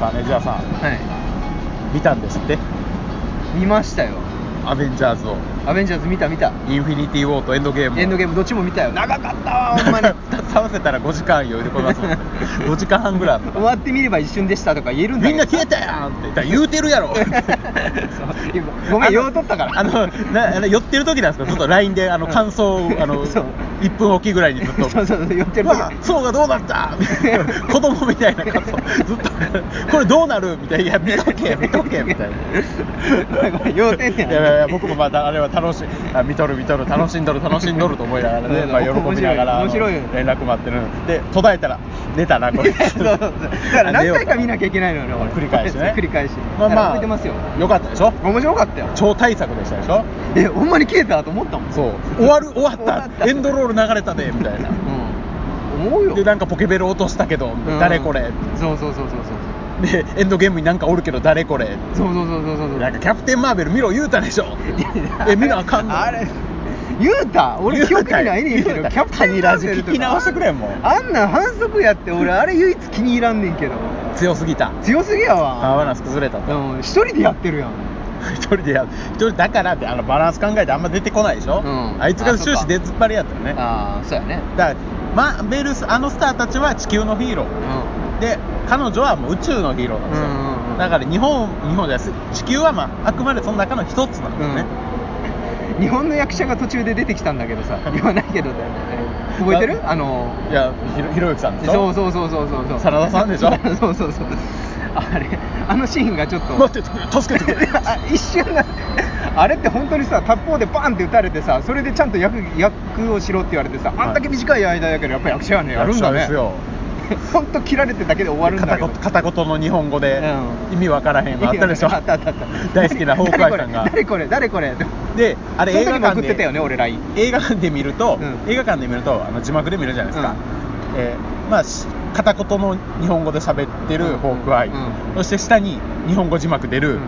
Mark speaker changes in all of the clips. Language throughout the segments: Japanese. Speaker 1: あメジャーさん
Speaker 2: はい
Speaker 1: 見たんですって
Speaker 2: 見ましたよ
Speaker 1: アベンジャーズを
Speaker 2: アベンジャーズ見た見た
Speaker 1: インフィニティ・ウォーとエンドゲームを
Speaker 2: エンドゲームどっちも見たよ長かったわほ んまに
Speaker 1: 2つ合わせたら5時間余裕でこなすもん 5時間半ぐらいあった
Speaker 2: 終わってみれば一瞬でしたとか言えるんだ
Speaker 1: み
Speaker 2: け
Speaker 1: ん
Speaker 2: ど
Speaker 1: な消えたやんって言ったら言うてるや ろ
Speaker 2: そう今ごめんよう取ったから
Speaker 1: あのなあの寄ってる時なんですけどずっと LINE であの感想をあの
Speaker 2: そう
Speaker 1: 1分おきぐらいにずっと
Speaker 2: そうそうそう寄って
Speaker 1: う
Speaker 2: る
Speaker 1: わそうがどうな ったみたいな子供みたいな感想ずっとこれどうなるみたいないや見とけ見とけみたいな
Speaker 2: 要点や
Speaker 1: いやいやいや僕もまたあれは楽しいあ見とる見とる楽しんどる楽しんどると思いながらね、まあ、喜びながらあの
Speaker 2: 面白い面白
Speaker 1: 連絡待ってるんで途絶えたら寝たなこれ
Speaker 2: そうそうそうだから何回か見なきゃいけないのよね俺
Speaker 1: 繰り返しね
Speaker 2: 繰り返し
Speaker 1: まあまあ
Speaker 2: 覚えてますよ
Speaker 1: よかったでしょ
Speaker 2: 面白かったよ
Speaker 1: 超大作でしたでしょ
Speaker 2: えほんまに消えたと思ったもん
Speaker 1: そう終わる終わった
Speaker 2: 終わった
Speaker 1: エンドロール流れたでみたいな
Speaker 2: うん思うよ
Speaker 1: でなんかポケベル落としたけど、
Speaker 2: うん
Speaker 1: 誰これ
Speaker 2: そうそうそうそうそう
Speaker 1: でエンドゲームになんかおるけど誰これ
Speaker 2: そうそうそうそうそうそう
Speaker 1: なんかキャプテン・マーベル見ろ言うたでしょえ見なあかんの
Speaker 2: あれ言うた俺記憶にないねんけ
Speaker 1: 言う
Speaker 2: ど
Speaker 1: た
Speaker 2: キャプテンマーベルとか
Speaker 1: 聞き直してくれよもう
Speaker 2: あんなん反則やって俺あれ唯一気に入らんねんけど
Speaker 1: 強すぎた
Speaker 2: 強すぎや
Speaker 1: パワー
Speaker 2: わ
Speaker 1: ナス崩れたと、
Speaker 2: うん一人でやってるやん
Speaker 1: 一人でや一人だからってあのバランス考えてあんま出てこないでしょ、
Speaker 2: うん
Speaker 1: あいつが終
Speaker 2: あそ
Speaker 1: 始
Speaker 2: っか
Speaker 1: 出ずっぱりやったよねだか
Speaker 2: ああそうやね
Speaker 1: らマーベルスあのスターたちは地球のヒーロー
Speaker 2: うん
Speaker 1: で彼女はもう宇宙のヒーローなんですよ、
Speaker 2: うんうんうん
Speaker 1: だから日本日本じゃない地球は、まあ、あくまでその中の一つなんですね、
Speaker 2: 日本の役者が途中で出てきたんだけどさ言わないけど覚えてるあの
Speaker 1: いやひろひろゆきさんでしょ
Speaker 2: そうそうそうそうそうそう
Speaker 1: 真田さんでしょ
Speaker 2: そうそうそうあれあのシーンがちょっと
Speaker 1: 待って助けてくれ
Speaker 2: あ一瞬な あれって本当にさタッポーでバンって打たれてさそれでちゃんと役役をしろって言われてさ
Speaker 1: はい
Speaker 2: あんだけ短い間だけどやっぱ役者はねやるんだね
Speaker 1: ですよ
Speaker 2: 本当切られてだけで終わるんだ
Speaker 1: 片
Speaker 2: けど
Speaker 1: 言片言の日本語で
Speaker 2: う
Speaker 1: 意味わからへんのあったで しょ
Speaker 2: あったあったあった
Speaker 1: 大好きなホークアイさんが
Speaker 2: 誰 これ誰これ誰これ
Speaker 1: であれ
Speaker 2: その
Speaker 1: 映
Speaker 2: 時
Speaker 1: 画
Speaker 2: も
Speaker 1: 館
Speaker 2: 送ってたよ
Speaker 1: で
Speaker 2: ね俺 LINE
Speaker 1: 映画館で見ると、
Speaker 2: うん
Speaker 1: 映画館で見るとあの字幕で見るじゃないですか、えーまあし片言の日本語で喋ってるホークアイ、
Speaker 2: うん
Speaker 1: そして下に日本語字幕出る、
Speaker 2: う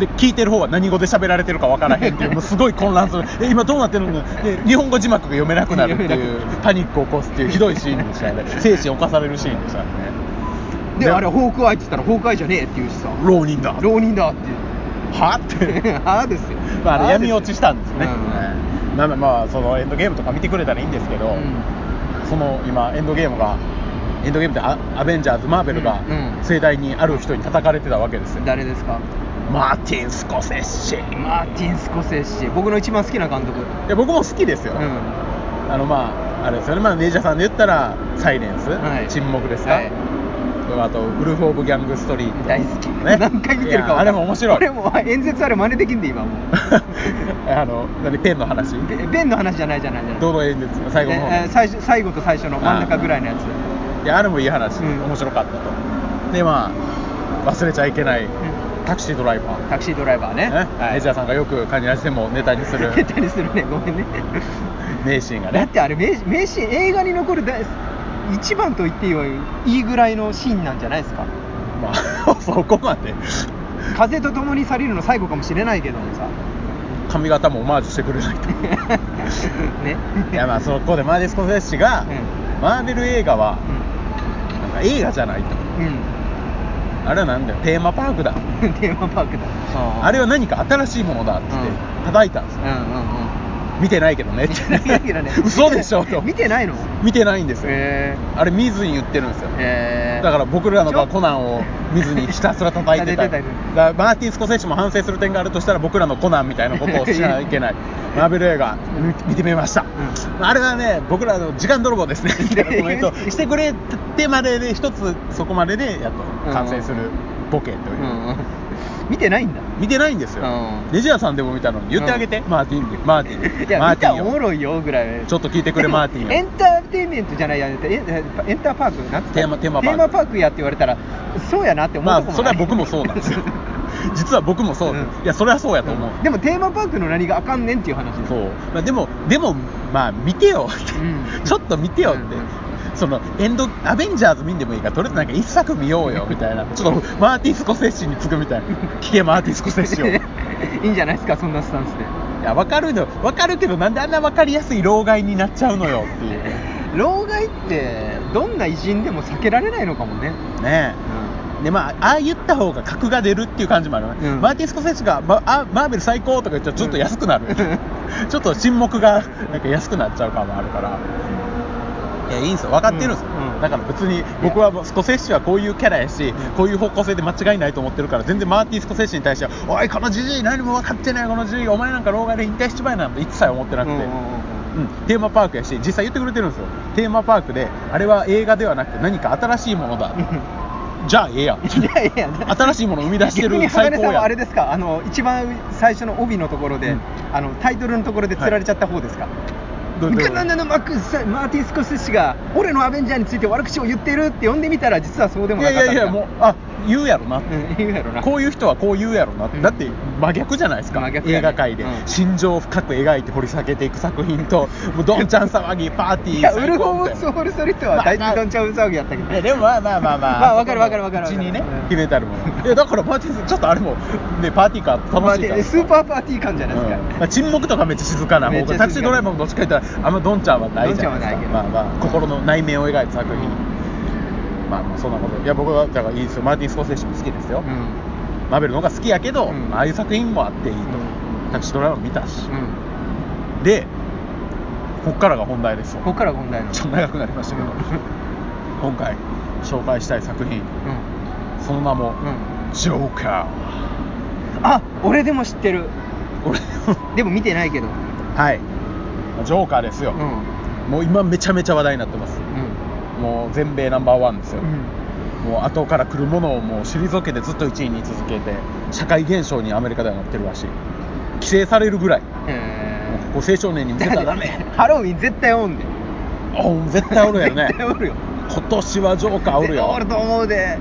Speaker 1: で聞いてる方は何語で喋られてるかわからへん っていうもうすごい混乱するえ今どうなってるので日本語字幕が読めなくなるって
Speaker 2: 読め
Speaker 1: いうパニックを起こすっていうひどいシーンでしたよね 精神侵されるシーンでしたよね
Speaker 2: で
Speaker 1: で
Speaker 2: あれホークアイって言ったらホークアイじゃねえって言うしさ
Speaker 1: 浪人だ
Speaker 2: 浪人だって
Speaker 1: はって
Speaker 2: 言うああですよ
Speaker 1: まああれ
Speaker 2: です
Speaker 1: 闇
Speaker 2: よ
Speaker 1: 落ちしたんですね、
Speaker 2: うん
Speaker 1: はいなのでまあそのエンドゲームとか見てくれたらいいんですけど、
Speaker 2: う
Speaker 1: その今エンドゲームがエンドゲームってアアベンジャーズマーベルが
Speaker 2: うんうん
Speaker 1: 盛大にある人に叩かれてたわけですよ
Speaker 2: ん、誰ですか
Speaker 1: マーティン・スコセッシい
Speaker 2: マーティン・スコセッシ僕の一番好きな監督
Speaker 1: や僕も好きですよ、
Speaker 2: うん
Speaker 1: あのまああれですよねまあメジャーさんで言ったら「サイレンス」
Speaker 2: はい
Speaker 1: 沈黙」ですか、
Speaker 2: はい
Speaker 1: あと「ウルフ・オブ・ギャング・ストリート」
Speaker 2: 大好き、
Speaker 1: ね
Speaker 2: 何回見てる
Speaker 1: い
Speaker 2: か
Speaker 1: やあれも面白い
Speaker 2: 俺も演説あれ真似できんで今もう
Speaker 1: あの何ペンの話
Speaker 2: ベベンの話じゃないじゃないじゃない
Speaker 1: どの演説最後の方
Speaker 2: ええ最初最後と最初の真ん中ぐらいのやつ
Speaker 1: いやあれもいい話、
Speaker 2: うん
Speaker 1: 面白かったとでまあ忘れちゃいけないタクシードライバー、
Speaker 2: タクシードライバーね
Speaker 1: ねメジャーさんがよくカニラジでもネタにす る
Speaker 2: 下手にするねごめんね
Speaker 1: 名シーンが
Speaker 2: だっ
Speaker 1: ね
Speaker 2: てあれ名名シーン映画に残る大一番と言っていいわいいぐらいのシーンなんじゃないですか
Speaker 1: まあ そこまで
Speaker 2: 風と共に去りるの最後かもしれないけどもさ
Speaker 1: 髪型もオマージュしてくれないと
Speaker 2: ね
Speaker 1: いやまあそこでマーディスコセッシが、
Speaker 2: うん
Speaker 1: マーベル映画はなんか映画じゃないと
Speaker 2: うん、うん
Speaker 1: あれはなんだよテーマパークだ
Speaker 2: テーマパークだ
Speaker 1: あれは何か新しいものだっつって
Speaker 2: うん
Speaker 1: 叩いたんです
Speaker 2: う
Speaker 1: よ、
Speaker 2: んうんうん
Speaker 1: 見てないけどねって
Speaker 2: 見てないけどね
Speaker 1: 嘘でしょと
Speaker 2: 見てないの
Speaker 1: 見てないんですよ、
Speaker 2: へ
Speaker 1: あれ見ずに言ってるんですよ
Speaker 2: え
Speaker 1: だから僕らの場合
Speaker 2: ちょ
Speaker 1: コナンを見ずにひたすら叩い てただ
Speaker 2: 叩いて
Speaker 1: か
Speaker 2: た
Speaker 1: らマーティン・スコセッシも反省する点があるとしたら僕らのコナンみたいなことをしなきゃいけないマーベル映画見見てみました、あれはね僕らの時間泥棒ですねみたいなコメントしてくれてまでで一つそこまででやっと完成するボケというう、
Speaker 2: んうん見てないんだ
Speaker 1: 見てないんですよ、
Speaker 2: うん
Speaker 1: レジアさんでも見たのに言ってあげて、マーティンにマーティン
Speaker 2: い
Speaker 1: に
Speaker 2: や
Speaker 1: マー
Speaker 2: 見
Speaker 1: ティ
Speaker 2: た
Speaker 1: ン
Speaker 2: ら
Speaker 1: よ
Speaker 2: おもろいよぐらい
Speaker 1: ちょっと聞いてくれマーティンよ
Speaker 2: エンターテインメントじゃないやええエンターパークなんつった
Speaker 1: テーマテーマパーク
Speaker 2: テーマパークやって言われたらそうやなって思う
Speaker 1: まあ
Speaker 2: とこ
Speaker 1: それは僕もそうなん ですよ実は僕もそう、いやそれはそうやと思う、
Speaker 2: でもテーマパークの何があかんねんっていう話です
Speaker 1: そう、まあ、でもでもまあ見てよって、
Speaker 2: うん
Speaker 1: ちょっと見てよって、
Speaker 2: うん
Speaker 1: そのエンドアベンジャーズ見んでもいいからとりあえずなんか一作見よう よみたいなちょっとマーティン・スコセッシに次ぐみたいな聞けマーティン・スコセッシをい
Speaker 2: いいんじゃないですかそんなスタンスで
Speaker 1: や分かるの分かるけどなんであんな分かりやすい老害になっちゃうのよっていうね
Speaker 2: 老害ってどんな偉人でも避けられないのかもね
Speaker 1: えでまあ、ああ言った方が格が出るっていう感じもある、ね
Speaker 2: うん
Speaker 1: マーティン・スコセッシが、まあ、マーベル最高とか言っちゃうとちょっと安くなる、ちょっと沈黙がなんか安くなっちゃう感もあるからいやいいんですよ分かってるんですよ、
Speaker 2: うんうん
Speaker 1: だから別に僕はもうスコセッシはこういうキャラやし、こういう方向性で間違いないと思ってるから全然マーティン・スコセッシに対してはおいこのじじい何も分かってないこのじじいお前なんか老害で引退しちまえなんて一切思ってなくて、うん、テーマパークやし実際言ってくれてるんですよテーマパークであれは映画ではなくて何か新しいもの だじゃあええやん
Speaker 2: いやいや
Speaker 1: 新しいものを生み出して
Speaker 2: 逆に
Speaker 1: る
Speaker 2: 鋼
Speaker 1: 最
Speaker 2: さ
Speaker 1: 高
Speaker 2: んは
Speaker 1: や
Speaker 2: あれですかあの一番最初の帯のところで、
Speaker 1: うん
Speaker 2: あのタイトルのところで釣られちゃった方ですか、
Speaker 1: どう
Speaker 2: ミ
Speaker 1: どう
Speaker 2: カナナのマックスマーティン・スコセッシが俺のアベンジャーについて悪口を言ってるって呼んでみたら実はそうでも
Speaker 1: い
Speaker 2: な
Speaker 1: やい
Speaker 2: かった
Speaker 1: やいやもうあ言うやろな
Speaker 2: う、うん、言うやろな
Speaker 1: こういう人はこう言うやろな、
Speaker 2: うん
Speaker 1: だって真逆じゃないですか、
Speaker 2: 真逆やね
Speaker 1: 映画界で、
Speaker 2: うん
Speaker 1: 心情を深く描いて掘り下げていく作品ともうどんちゃん騒ぎパーティー
Speaker 2: いやウ
Speaker 1: 最
Speaker 2: ルフ・
Speaker 1: 高
Speaker 2: オ
Speaker 1: み
Speaker 2: ブ・
Speaker 1: たい
Speaker 2: ソ
Speaker 1: な
Speaker 2: ウル・ソリッドは大事どんちゃん騒ぎやったけど
Speaker 1: いやでもまあまあまあまあ
Speaker 2: まあわかるわかるわかる
Speaker 1: うちにね
Speaker 2: うん
Speaker 1: 決めてあるものいやだからマーティンスちょっとあれもねパーティー感楽
Speaker 2: まあ
Speaker 1: しいから
Speaker 2: でスーパーパーティー感じゃないですか、
Speaker 1: うん沈黙とかめっちゃ静かな
Speaker 2: め
Speaker 1: 方
Speaker 2: っち
Speaker 1: が
Speaker 2: ゃ静か
Speaker 1: タクシードライバーもどっちか言ったらあんまドンちゃんはないじゃないです
Speaker 2: ドン
Speaker 1: か
Speaker 2: ちゃんは
Speaker 1: まあまあ心の内面を描いた作品、
Speaker 2: うん
Speaker 1: まあまあそんなこといや僕はだからいいですよマーティン・スコーセッシも好きですよ、
Speaker 2: うん
Speaker 1: マーベルの方が好きやけど、
Speaker 2: うん
Speaker 1: ああいう作品もあっていいと、タクシードライバーも見たし、
Speaker 2: うん
Speaker 1: でこっからが本題ですよ
Speaker 2: ここから本題の
Speaker 1: ちょっと長くなりましたけど、今回紹介したい作品その名も、
Speaker 2: うんうん
Speaker 1: ジョーカー
Speaker 2: あ俺でも 知ってる
Speaker 1: 俺
Speaker 2: でも見てないけど
Speaker 1: はいジョーカーですよ、
Speaker 2: うん
Speaker 1: もう今めちゃめちゃ話題になってますもう全米ナンバーワンですよ、もう後から来るものをもう退けてずっと1位に続けて社会現象にアメリカではなってるらしい規制されるぐらいもう
Speaker 2: え
Speaker 1: ここ青少年に
Speaker 2: ー
Speaker 1: 向けたらダメ
Speaker 2: ハロウィン絶対おんで
Speaker 1: あ絶対おるやろね
Speaker 2: 絶対おるよ
Speaker 1: 今年はジョーカーおるよ
Speaker 2: おると思うで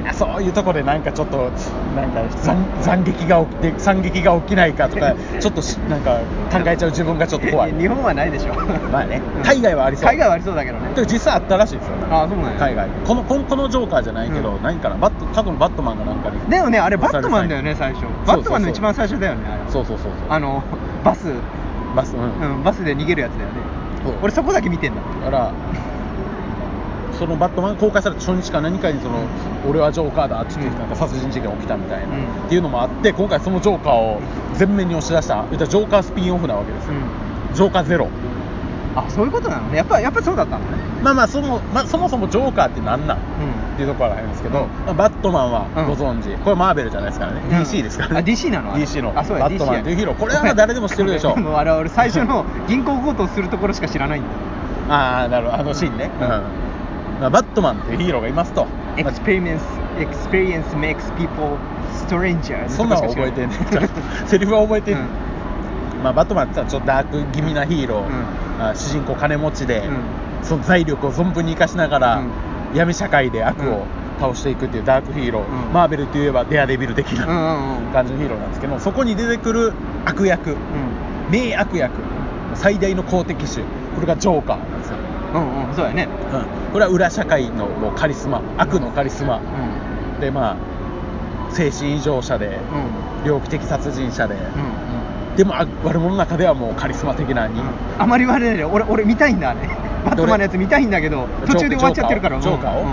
Speaker 1: いやそういうとこでなんかちょっとなんか惨惨劇が起きて惨劇が起きないかとかちょっとしなんか考えちゃう自分がちょっと怖い
Speaker 2: 日本はないでしょ
Speaker 1: まあね海外はありそう
Speaker 2: 海外はありそうだけどね
Speaker 1: でも実際あったらしいですよ
Speaker 2: あそうなんや
Speaker 1: 海外このこのこのジョーカーじゃないけど、
Speaker 2: うん
Speaker 1: 何かなバット過去のバットマンがなんかに
Speaker 2: でもねあれバットマンだよね最初
Speaker 1: そう
Speaker 2: バットマンの一番最初だよねあれ
Speaker 1: そうそうそうそう
Speaker 2: あのバス、
Speaker 1: バスうん、
Speaker 2: うん、バスで逃げるやつだよね
Speaker 1: そう
Speaker 2: 俺そこだけ見てんだ
Speaker 1: だからそのバットマン公開された初日か何かにその、俺はジョーカーだって言って
Speaker 2: うん
Speaker 1: なんか殺人事件起きたみたいな、
Speaker 2: うん
Speaker 1: っていうのもあって今回そのジョーカーを全面に押し出した言ったらジョーカースピンオフなわけですよ、ジョーカーゼロ
Speaker 2: あそういうことなのねやっぱやっぱそうだったのね
Speaker 1: まあまあそも,、まあ、そもそもジョーカーって何なんっていうところらへんですけど、まあバットマンはご存知、これマーベルじゃないですからね、
Speaker 2: うん
Speaker 1: DC ですからね
Speaker 2: あ DC なのあれ
Speaker 1: DC の
Speaker 2: あそうや
Speaker 1: バットマン
Speaker 2: DC
Speaker 1: というヒーローこれは誰でも知ってるでしょ
Speaker 2: もうあれ俺最 初の銀行強盗するところしか知らないんだ
Speaker 1: ああなるほどあのシーンね、うんまあ、バットマンというヒーローがいますと、
Speaker 2: エ
Speaker 1: まあ
Speaker 2: クスペリメンス experience makes people strangers
Speaker 1: そんなんは覚えてんねんちゃんと セリフは覚えてんねん、まあ、バットマンって言ったらちょっとダーク気味なヒーロー、
Speaker 2: うん
Speaker 1: あ主人公金持ちで、
Speaker 2: う
Speaker 1: その財力を存分に生かしながら、
Speaker 2: うん
Speaker 1: 闇社会で悪を倒していくっていうダークヒーロー、
Speaker 2: うん
Speaker 1: マーベルといえばデアデビル的
Speaker 2: うんう
Speaker 1: なん
Speaker 2: うんうん
Speaker 1: 感じのヒーローなんですけどそこに出てくる悪役名悪役最大の公的種これがジョーカーなんですよ、
Speaker 2: うんうんそうやね
Speaker 1: うん、これは裏社会のもうカリスマ悪のカリスマ、
Speaker 2: うん
Speaker 1: でまあ精神異常者で
Speaker 2: うん
Speaker 1: 猟奇的殺人者で、
Speaker 2: うん
Speaker 1: でもあ悪者の中ではもうカリスマ的な人、
Speaker 2: あまり言われないで俺俺見たいんだあれバットマンのやつ見たいんだけど途中で終わっちゃってるから
Speaker 1: ジョーカーを
Speaker 2: うん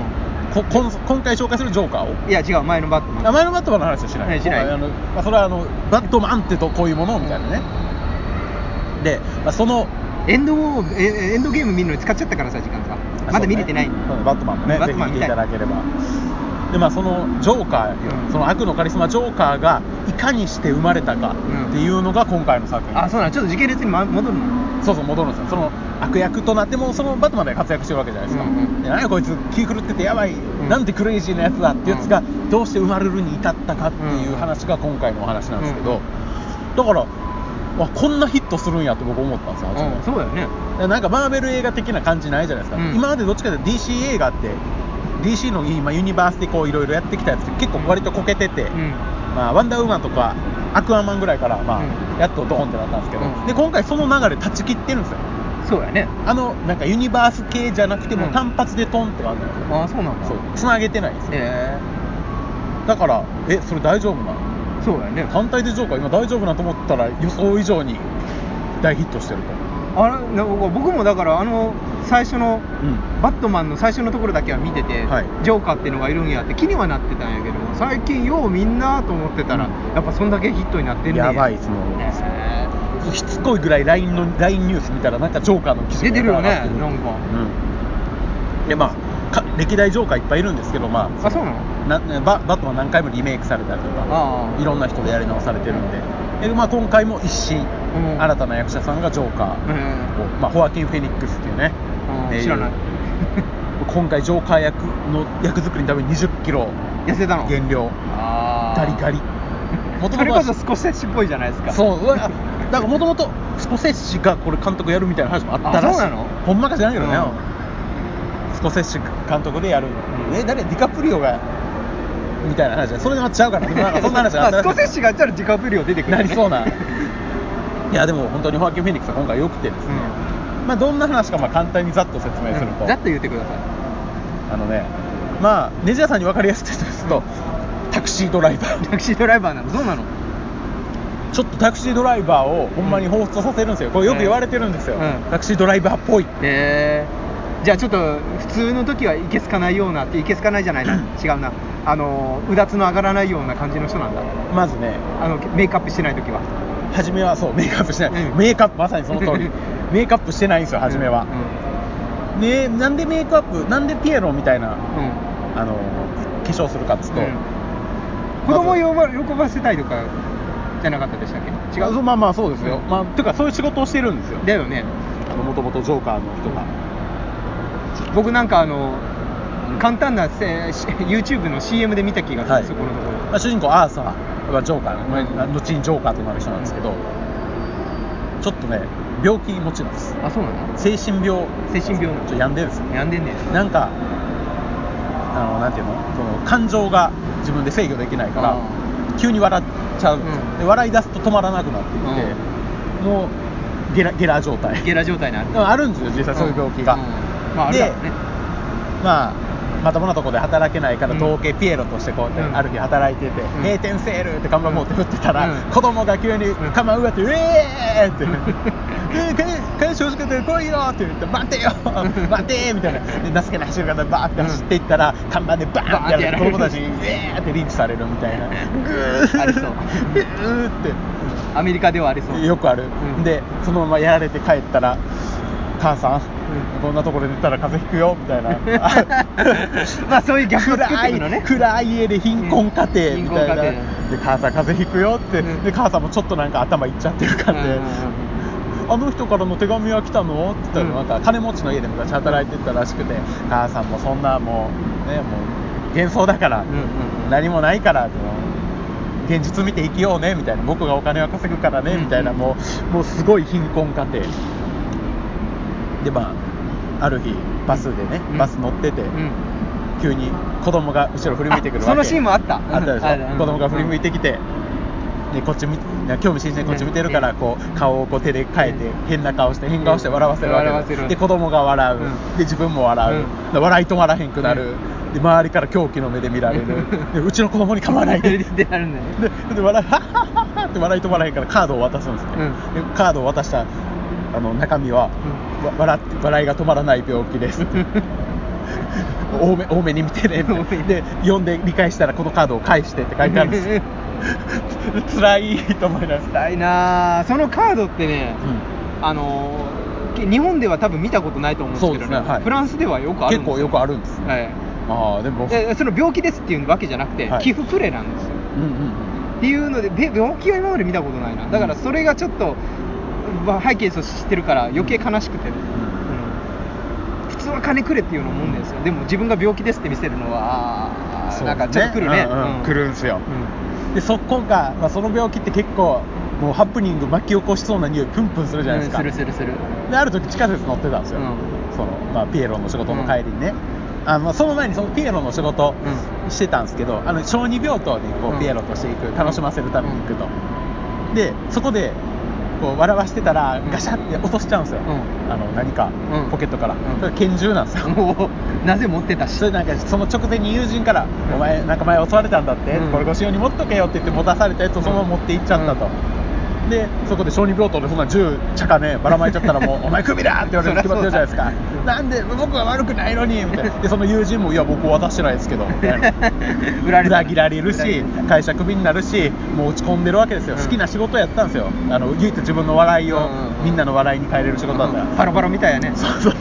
Speaker 1: ジョーカーを、ここん今回紹介するジョーカーを
Speaker 2: うんいや違う前のバットマ
Speaker 1: あ
Speaker 2: ン
Speaker 1: 前のバットマンの話はしない
Speaker 2: ねしない
Speaker 1: 今回あの、まあ、それはあのバットマンってとこういうものみたいなね、で、まあ、その
Speaker 2: エンドウォーえエンドゲーム見るのに使っちゃったからさ時間さまだ見れてない
Speaker 1: そうねうんバットマンもね
Speaker 2: バ
Speaker 1: ぜ
Speaker 2: ット
Speaker 1: ひ
Speaker 2: マン
Speaker 1: 見
Speaker 2: 見
Speaker 1: てい
Speaker 2: たい
Speaker 1: ただければでまあそのジョーカー、
Speaker 2: うん
Speaker 1: その悪のカリスマジョーカーがいかにして生まれたかっていうのが今回の作品、
Speaker 2: あそうなのちょっと時系列にま戻るの
Speaker 1: そうそう戻るんですよその悪役となってもそのバットマンで活躍してるわけじゃないですか、
Speaker 2: うんうん
Speaker 1: で何やこいつ気狂っててやばい、
Speaker 2: ん
Speaker 1: なんてクレイジーなやつだってやつがどうして生まれるに至ったかっていう話が今回のお話なんですけど、だからわこんなヒットするんやって僕思ったんですよ初め
Speaker 2: うんそうだよね
Speaker 1: でなんかマーベル映画的な感じないじゃないですか、
Speaker 2: うん
Speaker 1: 今までどっちかというと DC 映画って DC の今ユニバースでこういろいろやってきたやつって結構割とこけてて、
Speaker 2: うん
Speaker 1: まあ、ワンダーウーマンとかアクアマンぐらいから、まあ
Speaker 2: うん
Speaker 1: やっとドーンってなったんですけど、
Speaker 2: うん
Speaker 1: で今回その流れ断ち切ってるんですよ
Speaker 2: そうやね
Speaker 1: あのなんかユニバース系じゃなくても
Speaker 2: うん
Speaker 1: 単発でトンって感じなんですよ、
Speaker 2: あそうなんだ
Speaker 1: そうつなげてないんですよ
Speaker 2: え
Speaker 1: だからえそれ大丈夫なの
Speaker 2: ーそうやね
Speaker 1: 単体でジョーカー今大丈夫なと思ったら予想以上に大ヒットしてると
Speaker 2: あれなんか僕もだからあの最初の
Speaker 1: うん
Speaker 2: バットマンの最初のところだけは見てて、
Speaker 1: はい
Speaker 2: ジョーカーっていうのがいるんやって気にはなってたんやけども最近ようみんなと思ってたら、
Speaker 1: うん
Speaker 2: やっぱそんだけヒットになってるね
Speaker 1: やばいですも
Speaker 2: ね
Speaker 1: んしつこいぐらい LINE の LINE ニュース見たらなんかジョーカーの記事が
Speaker 2: 出てるよね
Speaker 1: 上がってる
Speaker 2: なんか
Speaker 1: うんでまあか歴代ジョーカーいっぱいいるんですけどまあ
Speaker 2: あそうなの
Speaker 1: なババットは何回もリメイクされたりとか
Speaker 2: ああ
Speaker 1: いろんな人でやり直されてるんでで、まあ、今回も一新、
Speaker 2: ん
Speaker 1: 新たな役者さんがジョーカーを、まあ、ホアキン・フェニックスっていうね
Speaker 2: うん
Speaker 1: 名優
Speaker 2: 知らない
Speaker 1: 今回ジョーカー役の役作りのために2 0キロ
Speaker 2: 痩せたの
Speaker 1: 減量
Speaker 2: あー
Speaker 1: ガリガリ元
Speaker 2: それ
Speaker 1: 々
Speaker 2: こ
Speaker 1: は
Speaker 2: そ少しっぽいじゃないですか
Speaker 1: そううわあだからもともとスコセッシがこれ監督やるみたいな話もあったらしい
Speaker 2: あそうなの
Speaker 1: ほんまかじゃないけどね、スコセッシ監督でやる、
Speaker 2: うん
Speaker 1: え誰ディカプリオがみたいな話でそれで終わっちゃうからでもなんかそんな話 があった
Speaker 2: まあ
Speaker 1: ら
Speaker 2: 少ししがあったら自覚量出てくる、ね、
Speaker 1: なりそうないやでも本当にホアキン・フェニックスは今回良くてですね、まあ、どんな話かまあ簡単にざっと説明すると、
Speaker 2: ざっと言ってください
Speaker 1: あのねまあネジ屋さんに分かりやすく説明すると、タクシードライバー
Speaker 2: タクシードライバーなのそうなの
Speaker 1: ちょっとタクシードライバーをほんまに彷彿とさせるんですよこれよく言われてるんですよ、
Speaker 2: うん
Speaker 1: タクシードライバーっぽい
Speaker 2: へえじゃあちょっと普通の時はいけすかないようなっていけすかないじゃないな違うなあのうだつの上がらないような感じの人なんだ
Speaker 1: まずね
Speaker 2: あのメイクアップしてない時は
Speaker 1: 初めはそうメイクアップしてない、
Speaker 2: うん
Speaker 1: メイクアップまさにその 通りメイクアップしてないんですよ初めは、でなんでメイクアップなんでピエロみたいな
Speaker 2: うん、うん
Speaker 1: あの化粧するかっつうと、
Speaker 2: うん子供を喜ば喜ばせたいとかじゃなかったでしたっけ違
Speaker 1: 違う
Speaker 2: う
Speaker 1: まあまあそうですよ、
Speaker 2: うん
Speaker 1: まあてかそういう仕事をしてるんですよ
Speaker 2: だよね
Speaker 1: もともとジョーカーの人が
Speaker 2: 僕なんかあの簡単なせし YouTube の CM で見た気がする、
Speaker 1: はい
Speaker 2: そこのところ
Speaker 1: まあ、主人公アーサーはジョーカー、まあ
Speaker 2: うん
Speaker 1: 後にジョーカーとなる人なんですけど、ちょっとね病気持ちなんです
Speaker 2: あそうなんだ
Speaker 1: 精神病
Speaker 2: 精神病な
Speaker 1: ちょっと
Speaker 2: の
Speaker 1: 病んでるんですよ
Speaker 2: 病んでんね
Speaker 1: なんかあのなんていうのその感情が自分で制御できないか
Speaker 2: あ
Speaker 1: ら急に笑っちゃう、
Speaker 2: うん
Speaker 1: で笑い出すと止まらなくなっていって、もうゲラゲラ状態
Speaker 2: ゲラ状態な
Speaker 1: でもあるんですよ実際そういう病気が、
Speaker 2: んんまああれだろうね
Speaker 1: まあまともなとこで働けないから
Speaker 2: うん
Speaker 1: 統計ピエロとしてこうやって
Speaker 2: うん
Speaker 1: ある日働いてて、
Speaker 2: ん
Speaker 1: 閉店セールって看板持って振ってたら、
Speaker 2: うん
Speaker 1: 子供が急に
Speaker 2: ん
Speaker 1: 看板上って「う えー!」って
Speaker 2: うん
Speaker 1: 「えー、返し欲しくて来いよ!」って言って「待てよ
Speaker 2: うん
Speaker 1: 待て!」みたいなで情けない走り方でバーって走っていったら、看板でバーンってやられて
Speaker 2: バーン
Speaker 1: 子供た
Speaker 2: ってやられる
Speaker 1: ちに「えー!」ってリンチされるみたいなグー
Speaker 2: ありそう
Speaker 1: グーって。
Speaker 2: アメリカではありそう
Speaker 1: よくある、
Speaker 2: うん
Speaker 1: でそのままやられて帰ったら「母さん、こんなところで寝たら風邪ひくよ」みたいな
Speaker 2: まあそういうギャップを作っ
Speaker 1: 暗
Speaker 2: ていく
Speaker 1: い
Speaker 2: のね
Speaker 1: 暗い家で貧困家庭
Speaker 2: うん
Speaker 1: みたいな、
Speaker 2: 貧困家
Speaker 1: で母さん風邪ひくよって、
Speaker 2: うん
Speaker 1: で母さんもちょっとなんか頭いっちゃってる感じで、
Speaker 2: うんうん
Speaker 1: あの人からの手紙は来たのって言ったら、
Speaker 2: うん
Speaker 1: なんか金持ちの家で昔働いてたらしくて母さんもそんなもうねもう幻想だから、
Speaker 2: うん
Speaker 1: 何もないからって現実見て生きようねみたいな僕がお金は稼ぐからね
Speaker 2: うん
Speaker 1: みたいなもうもうすごい貧困家庭でまあある日バスでね
Speaker 2: うん
Speaker 1: バス乗ってて
Speaker 2: うん
Speaker 1: 急に子供が後ろ振り向いてくるわけ
Speaker 2: あそのシーンもあったうん
Speaker 1: あったで
Speaker 2: あ
Speaker 1: し
Speaker 2: るう
Speaker 1: ょ
Speaker 2: ん
Speaker 1: 子供が振り向いてきてでこっち見興味津々でこっち見てるから
Speaker 2: うん
Speaker 1: こう顔をこう手で変えて変な顔して変顔して笑わせる
Speaker 2: 笑
Speaker 1: わ
Speaker 2: わ
Speaker 1: け
Speaker 2: せ
Speaker 1: で
Speaker 2: る
Speaker 1: で子供が笑う
Speaker 2: うん
Speaker 1: で自分も笑うで笑い止まらへんくなるで周りから狂気の目で見られる
Speaker 2: うん
Speaker 1: でうちの子供に構わないで
Speaker 2: でなるんだよね
Speaker 1: でで笑いハッハッハッハッって笑い止まらへんからカードを渡すんですね、でカードを渡したあの中身は、わ笑って笑いが止まらない病気です 多め多めに見てねみた
Speaker 2: 多
Speaker 1: い
Speaker 2: め
Speaker 1: な
Speaker 2: に
Speaker 1: で読んで理解したらこのカードを返してって書いてあるん ですよ 辛いと思います、
Speaker 2: 辛いなあそのカードってね
Speaker 1: う
Speaker 2: あのー日本では多分見たことないと思うんですけ
Speaker 1: そ
Speaker 2: ど
Speaker 1: うですねはい
Speaker 2: フランスではよく
Speaker 1: ん、
Speaker 2: ある
Speaker 1: 結
Speaker 2: んです
Speaker 1: 構よくあるんですね
Speaker 2: はい
Speaker 1: ああでも
Speaker 2: でその病気ですっていうわけじゃなくて、
Speaker 1: はい
Speaker 2: 寄付プレイなんですよ
Speaker 1: うんうん
Speaker 2: っていうのでべ病気は今まで見たことないなだからそれがちょっと、まあ背景として知ってるから余計悲しくて、
Speaker 1: うん
Speaker 2: うん普通は金くれっていうのもんですよでも自分が病気ですって見せるのは
Speaker 1: そう
Speaker 2: あー
Speaker 1: ですね
Speaker 2: なんかちょっとくるね、
Speaker 1: うんうん来るんすよ
Speaker 2: うん
Speaker 1: でそこが、まあ、その病気って結構もうハプニング巻き起こしそうな匂いプンプンするじゃないですか、
Speaker 2: うんするするする
Speaker 1: である時地下鉄乗ってたんですよ、
Speaker 2: うん
Speaker 1: そのまあ、ピエロの仕事の帰りにね、あのその前にそのピエロの仕事してたんですけど、あの小児病棟にこ
Speaker 2: う
Speaker 1: うんピエロとして行く、楽しませるために行くと、でそこでこう笑わしてたら
Speaker 2: うん
Speaker 1: ガシャって落としちゃうんですよ、
Speaker 2: う
Speaker 1: あの何か、
Speaker 2: うん
Speaker 1: ポケットから、
Speaker 2: ん
Speaker 1: それ拳銃なんですよ、
Speaker 2: もうなぜ持ってたし
Speaker 1: それなんかその直前に友人から「お前なんか前襲われたんだって、
Speaker 2: うん
Speaker 1: これご使用に持っとけよ」って言って持たされたやつをそのまま持って行っちゃったと、
Speaker 2: うん
Speaker 1: でそこで小児病棟でそんな銃ちゃかねばらまいちゃったら もうお前クビだって言われる決まってるじゃないですか
Speaker 2: そりゃそう
Speaker 1: なんで僕は悪くないのにみたいなでその友人もいや僕渡してないですけどみ たいな
Speaker 2: 裏
Speaker 1: 裏切られるし
Speaker 2: た
Speaker 1: 会社クビになるしもう落ち込んでるわけですよ、
Speaker 2: うん
Speaker 1: 好きな仕事やったんですよあの唯一自分の笑いを、
Speaker 2: うんうんうん
Speaker 1: みんなの笑いに変えれる仕事だったから、
Speaker 2: バラバラみたいやね
Speaker 1: そうそう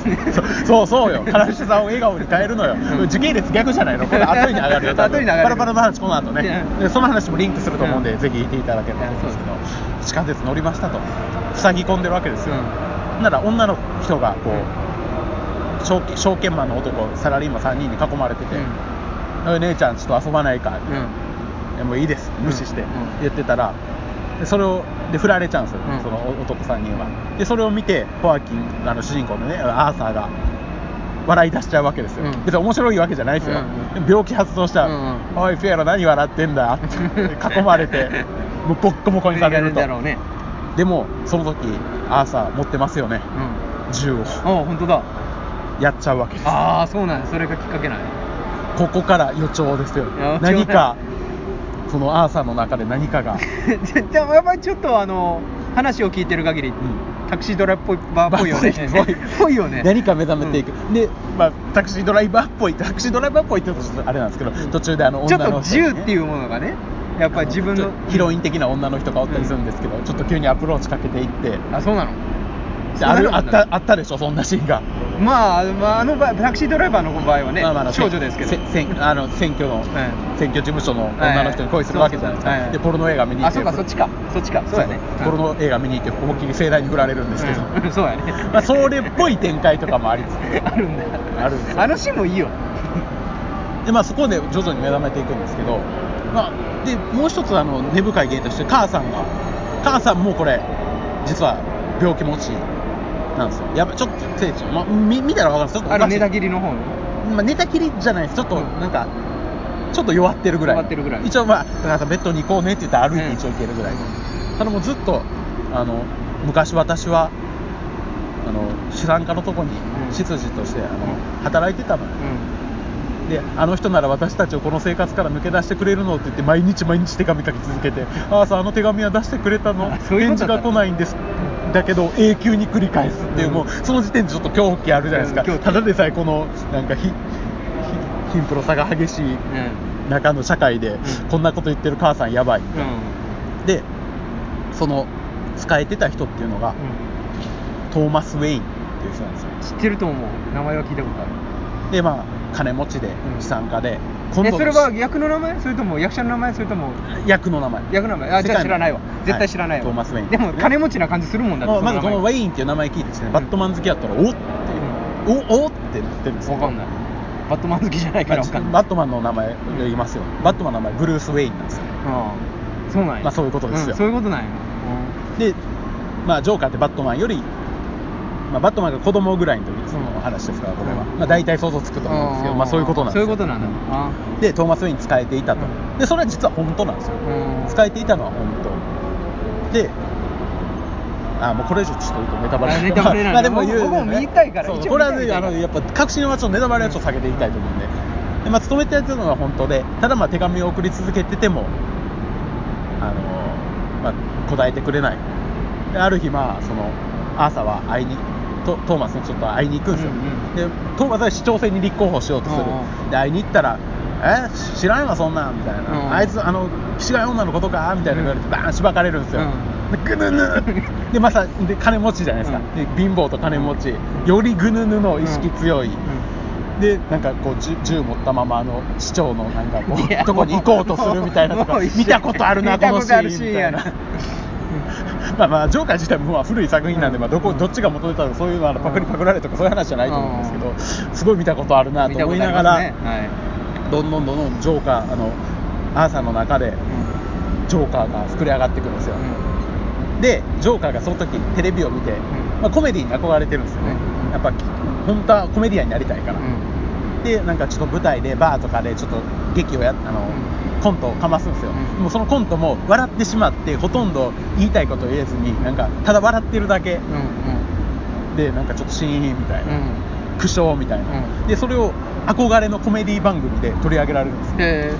Speaker 1: そうそうよ、原西さんを笑顔に変えるのよ、
Speaker 2: うん
Speaker 1: 時系列逆じゃないの、これ、後に上がるよ、多分
Speaker 2: 後に上がる
Speaker 1: パラパラの話、この後ね、
Speaker 2: うん
Speaker 1: でその話もリンクすると思うんで、
Speaker 2: うん
Speaker 1: ぜひ聞いていただければと思うんですけど、地下鉄乗りましたと、塞ぎ込んでるわけですよ、なら女の人がこう証券、証券マンの男、サラリーマン3人に囲まれてて、おい姉ちゃん、ちょっと遊ばないか、
Speaker 2: うんうん
Speaker 1: いやもういいです無視して
Speaker 2: うん
Speaker 1: 言ってたら、でそれをで振られちゃうんですよ、
Speaker 2: うん
Speaker 1: そのお男3人はでそれを見てホアキンあの主人公のねアーサーが笑い出しちゃうわけですよ、
Speaker 2: うん
Speaker 1: 別に面白いわけじゃないですよ、
Speaker 2: う
Speaker 1: 病気発動したら、
Speaker 2: うん
Speaker 1: おいフィエロ何笑ってんだ」って囲まれ てもうボッコボコにされると
Speaker 2: だろうね
Speaker 1: でもその時アーサー持ってますよね
Speaker 2: うんあ
Speaker 1: 銃を
Speaker 2: 本当だ
Speaker 1: やっちゃうわけです
Speaker 2: ああそうなんやそれがきっかけなんや
Speaker 1: ここから予兆ですよ
Speaker 2: や
Speaker 1: 何かそのアーサーの中で何かが、
Speaker 2: じゃあやっぱりちょっとあの話を聞いてる限り、
Speaker 1: ん
Speaker 2: タクシードライバーっぽいよね
Speaker 1: ぽい
Speaker 2: ぽいよね
Speaker 1: 何か目覚めていく、で、まあ、タクシードライバーっぽいタクシードライバーっぽいって言うとちょっとあれなんですけど、途中であの
Speaker 2: ちょ
Speaker 1: 女
Speaker 2: っ
Speaker 1: の
Speaker 2: と
Speaker 1: 人にね、
Speaker 2: 銃っていうものがねやっぱり自分
Speaker 1: ちょ
Speaker 2: の
Speaker 1: っとヒロイン的な女の人がおったりするんですけど、ちょっと急にアプローチかけていってで
Speaker 2: あそうなの
Speaker 1: あるあ
Speaker 2: あ
Speaker 1: ったあったでしょそんなシーンが、
Speaker 2: まあ、まあ、あの場合タクシードライバーの場合はね、
Speaker 1: まあまああの
Speaker 2: 少女ですけど、
Speaker 1: せせんあの選挙の、
Speaker 2: はい
Speaker 1: 選挙事務所の女の人に恋するわけじゃないですか、
Speaker 2: はいはい
Speaker 1: でポルノ映画見に行
Speaker 2: あ
Speaker 1: って
Speaker 2: そうかそっちかそっちかそうやね
Speaker 1: そうポルノ映画見に行って思いっきり盛大に振られるんですけど、
Speaker 2: うんそうやね
Speaker 1: まあ、それっぽい展開とかもありつつ
Speaker 2: あるんだ
Speaker 1: あるんですよ
Speaker 2: あのシーンもいいよ
Speaker 1: でまあ、そこで徐々に目覚めていくんですけど、まあ、でもう一つあの根深い原因として母さんが母さんもこれ実は病気持ちなんですよやばいちょっと聖地、まあ、み見たら分かるんですちょっとお
Speaker 2: あ
Speaker 1: か
Speaker 2: れ
Speaker 1: しい
Speaker 2: ネタ切りの方の
Speaker 1: まあ、寝たきりじゃないですちょっとなんか、ちょっと弱ってるぐらい
Speaker 2: 弱ってるぐらい
Speaker 1: 一応まあだからさベッドに行こうねって言ったら歩いて一応行けるぐらい、ただもうずっとあの昔私はあの資産家のとこに
Speaker 2: うん
Speaker 1: 執事としてあの、
Speaker 2: う
Speaker 1: 働いてたのよ
Speaker 2: う
Speaker 1: であの人なら私たちをこの生活から抜け出してくれるのって言って毎日毎日手紙書き続けて「ああさあの手紙は出してくれたの
Speaker 2: あ そういう
Speaker 1: 返
Speaker 2: ことだ
Speaker 1: 事が来ないんです」だけど永久に繰り返すっていう、
Speaker 2: うん
Speaker 1: もうその時点でちょっと狂気あるじゃないですか、
Speaker 2: うん狂気
Speaker 1: ただでさえこのなんかひひ貧富の差が激しい
Speaker 2: んうん
Speaker 1: 中の社会で、こんなこと言ってる母さんやばいでその使えてた人っていうのが、
Speaker 2: う
Speaker 1: トーマス・ウェインっていう人なんですよ
Speaker 2: ん知ってると思う名前は聞いたことある
Speaker 1: でまあ金持ちで
Speaker 2: うん
Speaker 1: 資産家で、
Speaker 2: え
Speaker 1: の
Speaker 2: それは役の名前それとも役者の名前それとも
Speaker 1: 役の名前
Speaker 2: 役の名前あじゃあ知らないわ絶対知らないわ、
Speaker 1: トーマス・ウェイン
Speaker 2: でも金
Speaker 1: 持
Speaker 2: 持ちな感じするもんだって
Speaker 1: まあ、まずこのウ
Speaker 2: ェ
Speaker 1: ェインっていう名前聞いてですね、バットマン好きやったらおっおおって言ってるんですよ
Speaker 2: 分かんないバットマン好きじゃないから分かんない、
Speaker 1: バットマンの名前言いますよ、バットマンの名前ブルース・ウェインなんですよ
Speaker 2: うんそうなんや
Speaker 1: まあそういうことですよ
Speaker 2: んそういうことなんや
Speaker 1: で、まあ、ジョーカーってバットマンより、まあ、バットマンが子供ぐらいの時
Speaker 2: ん
Speaker 1: その話ですからこれは、
Speaker 2: うん
Speaker 1: まあ、大体想像つくと思うんですけど、まあ、そういうことなんです
Speaker 2: そうい
Speaker 1: よ
Speaker 2: うことなんだあ
Speaker 1: でトーマス・ウェイン使えていたと、
Speaker 2: うん
Speaker 1: でそれは実は本当なんですよ
Speaker 2: うん
Speaker 1: 使えていたのは本当であもうこれ以上ちょっと言うとネタバレ
Speaker 2: あネタバレなんで
Speaker 1: まあでも言う
Speaker 2: 僕も僕も見たいから
Speaker 1: そう
Speaker 2: 一応
Speaker 1: これは
Speaker 2: 見たい
Speaker 1: ね
Speaker 2: か
Speaker 1: あ
Speaker 2: ら
Speaker 1: のやっぱ確信はちょっとネタバレはちょっと避けていきたいと思うんで,、でまあ、勤めてやってたのは本当でただまあ手紙を送り続けててもあの、まあ、答えてくれないである日まあそのアーサーは会いにトトーマスにちょっと会いに行くんですよ、
Speaker 2: うんうん
Speaker 1: でトーマスは市長選に立候補しようとする、
Speaker 2: うんうん
Speaker 1: で会いに行ったら「え知らんわそんなん」みたいな、
Speaker 2: うん
Speaker 1: あいつあの岸が女の子とかみたいな言われてバーンしばかれるんですよ、でぐぬぬでまさで金持ちじゃないですか、
Speaker 2: うん
Speaker 1: で貧乏と金持ちよりぐぬぬの意識強い、でなんかこう銃銃持ったままあの市長のなんかこ
Speaker 2: いや
Speaker 1: うとこに行こうとするみたいなと
Speaker 2: も
Speaker 1: か
Speaker 2: う一緒
Speaker 1: 見たことあるな
Speaker 2: 見
Speaker 1: こ
Speaker 2: た
Speaker 1: の
Speaker 2: こ
Speaker 1: シ
Speaker 2: とあ
Speaker 1: ーン
Speaker 2: る
Speaker 1: み
Speaker 2: シーン
Speaker 1: たい
Speaker 2: や
Speaker 1: な
Speaker 2: な。
Speaker 1: まあまあジョーカー自体もまあ古い作品なんで、まあ、どこ
Speaker 2: うん
Speaker 1: どっちが元ネタとかそういうのはあの
Speaker 2: うん
Speaker 1: パクリパクられるとかそういう話じゃないと思うんですけどすごい見たことあるな
Speaker 2: 見
Speaker 1: と
Speaker 2: たこ
Speaker 1: 思い
Speaker 2: と
Speaker 1: な
Speaker 2: あり
Speaker 1: が
Speaker 2: ます
Speaker 1: ら
Speaker 2: ねはい
Speaker 1: どんどんどんどんジョーカーあのアーサーの中でジョーカーが膨れ上がってくるんですよ、でジョーカーがその時テレビを見て、まあ、コメディに憧れてるんですよね、
Speaker 2: うん
Speaker 1: やっぱ本当はコメディアンになりたいから、
Speaker 2: うんうん
Speaker 1: でなんかちょっと舞台でバーとかでちょっと劇をやっあの、
Speaker 2: う
Speaker 1: コントをかますんですよ、
Speaker 2: うん
Speaker 1: でもそのコントも笑ってしまってほとんど言いたいことを言えずになんかただ笑ってるだけ
Speaker 2: う
Speaker 1: でなんかちょっとシーンみたい
Speaker 2: んう
Speaker 1: な、
Speaker 2: んうん
Speaker 1: 苦笑みたいな、
Speaker 2: う
Speaker 1: でそれを憧れのコメディ番組で取り上げられるんですよ
Speaker 2: え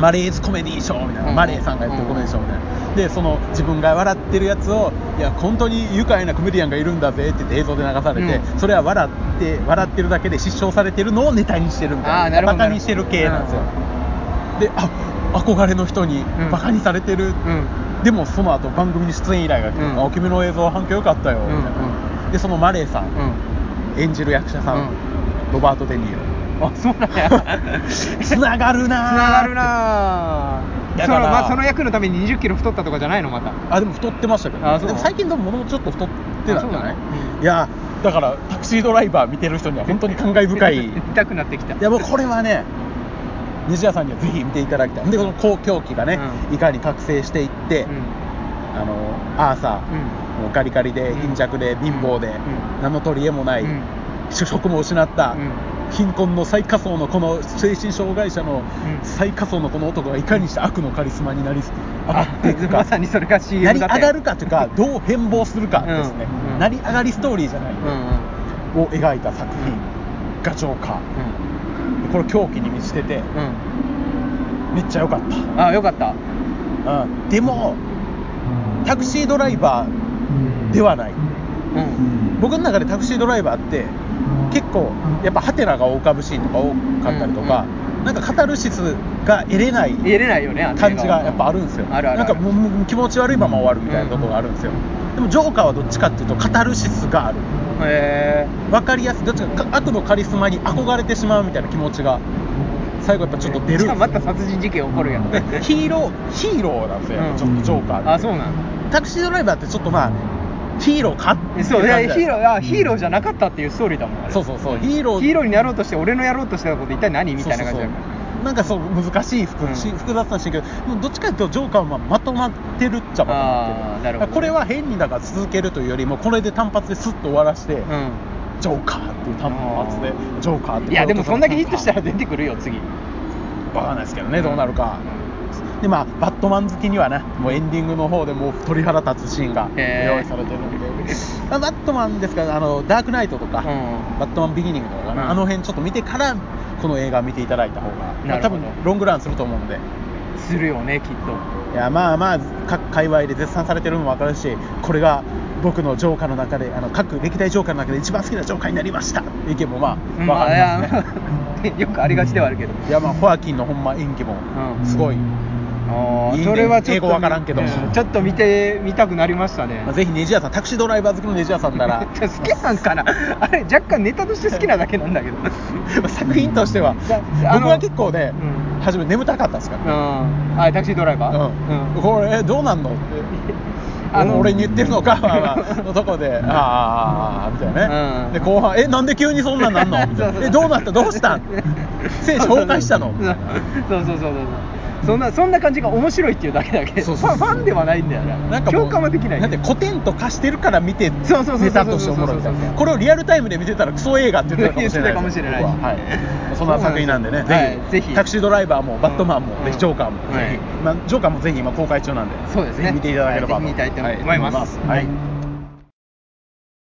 Speaker 1: マレーズコメディーショーみたいな、
Speaker 2: うん
Speaker 1: マレーさんがやってるコメディーショーみたいな、でその自分が笑ってるやつをいや本当に愉快なコメディアンがいるんだぜって言って映像で流されて、
Speaker 2: う
Speaker 1: それは笑って笑ってるだけで失笑されてるのをネタにしてるみ
Speaker 2: あ
Speaker 1: た
Speaker 2: ー
Speaker 1: い
Speaker 2: な
Speaker 1: な
Speaker 2: るほど
Speaker 1: バカにしてる系なんですよ、であ憧れの人に
Speaker 2: うん
Speaker 1: バカにされてる、
Speaker 2: うん
Speaker 1: でもその後番組に出演依頼が来て、
Speaker 2: うん
Speaker 1: あ君の映像反響良かったよみたいな、でそのマレーさん、
Speaker 2: うん
Speaker 1: 演じる役者さん、
Speaker 2: うん
Speaker 1: ロバート・デ・ニーロ
Speaker 2: あそうなんや
Speaker 1: つながるな
Speaker 2: つ
Speaker 1: ー
Speaker 2: ながるなぁ
Speaker 1: だ
Speaker 2: そ
Speaker 1: か
Speaker 2: の,、
Speaker 1: ら
Speaker 2: まあ、その役のために2 0キロ太ったとかじゃないのまた
Speaker 1: あでも太ってましたけど、
Speaker 2: あそう
Speaker 1: でも最近でもものちょっと太ってたんじゃない、
Speaker 2: あそうなのうん
Speaker 1: いやだからタクシードライバー見てる人には本当に感慨深 いい
Speaker 2: 痛くなってきた
Speaker 1: やもうこれはね西谷さんにはぜひ見ていただきたいでこの公共機がね、
Speaker 2: うん
Speaker 1: いかに覚醒していって、
Speaker 2: うん
Speaker 1: あのアーサー、もうガリガリで
Speaker 2: うん
Speaker 1: 貧弱で貧乏で、
Speaker 2: うん
Speaker 1: 何の取り柄もない、
Speaker 2: うん
Speaker 1: 主食も失った、
Speaker 2: うん
Speaker 1: 貧困の最下層のこの精神障害者の
Speaker 2: うん
Speaker 1: 最下層のこの男がいかにして悪のカリスマになり上が
Speaker 2: あ
Speaker 1: っていくか
Speaker 2: まさにそれが CM
Speaker 1: 成り上
Speaker 2: だったよ
Speaker 1: がるかというかどう変貌するかですね、
Speaker 2: うんうん
Speaker 1: 成り上がりストーリーじゃない、
Speaker 2: うんうん
Speaker 1: を描いた作品がジョーカーこれ狂気に満ちてて
Speaker 2: うん
Speaker 1: めっちゃ良かっ
Speaker 2: うんあよかった
Speaker 1: た、うん、でもタクシードライバーではない
Speaker 2: うん
Speaker 1: 僕の中でタクシードライバーって結構やっぱハテナが浮かぶシーンとか多かったりとか、なんかカタルシスが得れない
Speaker 2: 入れれないよねあの映画は
Speaker 1: 感じがやっぱあるんですよ、
Speaker 2: あるある
Speaker 1: なんかもう
Speaker 2: う
Speaker 1: もう気持ち悪いまま終わるみたいなところがあるんですよ、でもジョーカーはどっちかっていうとカタルシスがある
Speaker 2: へ
Speaker 1: 分かりやすいどっちかか悪のカリスマに憧れてしまうみたいな気持ちが最後やっぱ
Speaker 2: え
Speaker 1: ちょっと出る
Speaker 2: じゃあまた殺人事件起こるやん
Speaker 1: で ヒーローヒーローなんですよ、やっぱちょっとジョーカーって
Speaker 2: あそうなんだ
Speaker 1: タクシードライバーってちょっとまあヒーローかってい
Speaker 2: そう
Speaker 1: 感じなん
Speaker 2: ういや
Speaker 1: です
Speaker 2: ヒーローあヒーローじゃなかったっていうストーリーだもんあれ
Speaker 1: そうそうそうヒーロー
Speaker 2: ヒーローになろうとして俺のやろうとしてたこと一体何みたいな感じ
Speaker 1: そうそ
Speaker 2: だ
Speaker 1: う
Speaker 2: か
Speaker 1: そうなんかそう難しい複,、
Speaker 2: うん
Speaker 1: 複雑なシーンやけどでもどっちかというとジョーカーはまとまってるっちゃまとまって
Speaker 2: あーなるほどね
Speaker 1: これは変にだから続けるというよりもこれで単発ですっと終わらせて、
Speaker 2: ら
Speaker 1: ジョーカーっていう単発で
Speaker 2: あー
Speaker 1: ジョーカーっ
Speaker 2: うん
Speaker 1: て
Speaker 2: いやでもそんだけヒットしたら
Speaker 1: わ
Speaker 2: 出てくるよ次
Speaker 1: かんないですけどねどうなるか、でまあ、バットマン好きにはねもうエンディングの方でもう鳥肌立つシーンが
Speaker 2: へー
Speaker 1: 用意されてるんで、まあバットマンですからあのダークナイトとか、
Speaker 2: うん
Speaker 1: バットマンビギニングとかかな、
Speaker 2: うん
Speaker 1: あの辺ちょっと見てからこの映画見ていただいた方が、ま
Speaker 2: な
Speaker 1: あ、
Speaker 2: る
Speaker 1: 多
Speaker 2: ほど
Speaker 1: 分ロングランすると思うんです
Speaker 2: るよねきっと
Speaker 1: いやまあまあ各界隈で絶賛されてるのも分かるしこれが僕のジョーカーの中であの各歴代ジョーカーの中で一番好きなジョーカーになりましたって意見もまあ分
Speaker 2: ま
Speaker 1: か
Speaker 2: あい
Speaker 1: りますね、
Speaker 2: や まあよくありがちではあるけど
Speaker 1: いやまあホアキンのほんま演技も
Speaker 2: うん
Speaker 1: すごい、
Speaker 2: あ
Speaker 1: いい
Speaker 2: ー
Speaker 1: ね
Speaker 2: それはちょっと
Speaker 1: 英語わからんけど
Speaker 2: うちょっと見てみたくなりましたね
Speaker 1: まあ、ぜひネジ屋さんタクシードライバー好きのネジ屋さんなら
Speaker 2: じゃあ好きなんかなあれ若干ネタとして好きなだけなんだけど
Speaker 1: まあ作品としては
Speaker 2: だあの
Speaker 1: 僕は結構ね、
Speaker 2: う
Speaker 1: 初め眠たかったですか
Speaker 2: う
Speaker 1: ら、
Speaker 2: んあタクシードライバー
Speaker 1: うんこれどうなんのって
Speaker 2: あの
Speaker 1: 俺に言ってるのか、まあ まあのとこで、あーあーあーみたいなね、
Speaker 2: うん
Speaker 1: で後半、え、なんで急にそんなんなんのみたい
Speaker 2: そう
Speaker 1: な
Speaker 2: そう
Speaker 1: え、どうなった、どう したん、選手崩壊したの、
Speaker 2: そうそうそうそうそうそんなそんな感じが面白いっていうだけだけど
Speaker 1: そうそうそう
Speaker 2: ファンファンではないんだよね
Speaker 1: なんかもう
Speaker 2: 共感はできない
Speaker 1: んて古典と化してるから見て、
Speaker 2: そうそうそうそう
Speaker 1: ネタとしておもろいみたい
Speaker 2: そうそう
Speaker 1: な、
Speaker 2: そ
Speaker 1: こ
Speaker 2: う
Speaker 1: れをリアルタイムで見てたら、クソ映画って言ってたかもしれないです
Speaker 2: 言ってたかもしれない
Speaker 1: 僕ははい、そんな作品なんでね、
Speaker 2: そうなんですよはいぜ
Speaker 1: ぜ
Speaker 2: ひ
Speaker 1: ひ、タクシードライバーも、バットマン
Speaker 2: うん
Speaker 1: も、ぜひジョーカーも、
Speaker 2: はい
Speaker 1: ぜひまあジョーカーもぜひ今、公開中なんで、
Speaker 2: そうですね
Speaker 1: ぜひ見ていただければと
Speaker 2: はいぜひ見たいと思います
Speaker 1: はいはい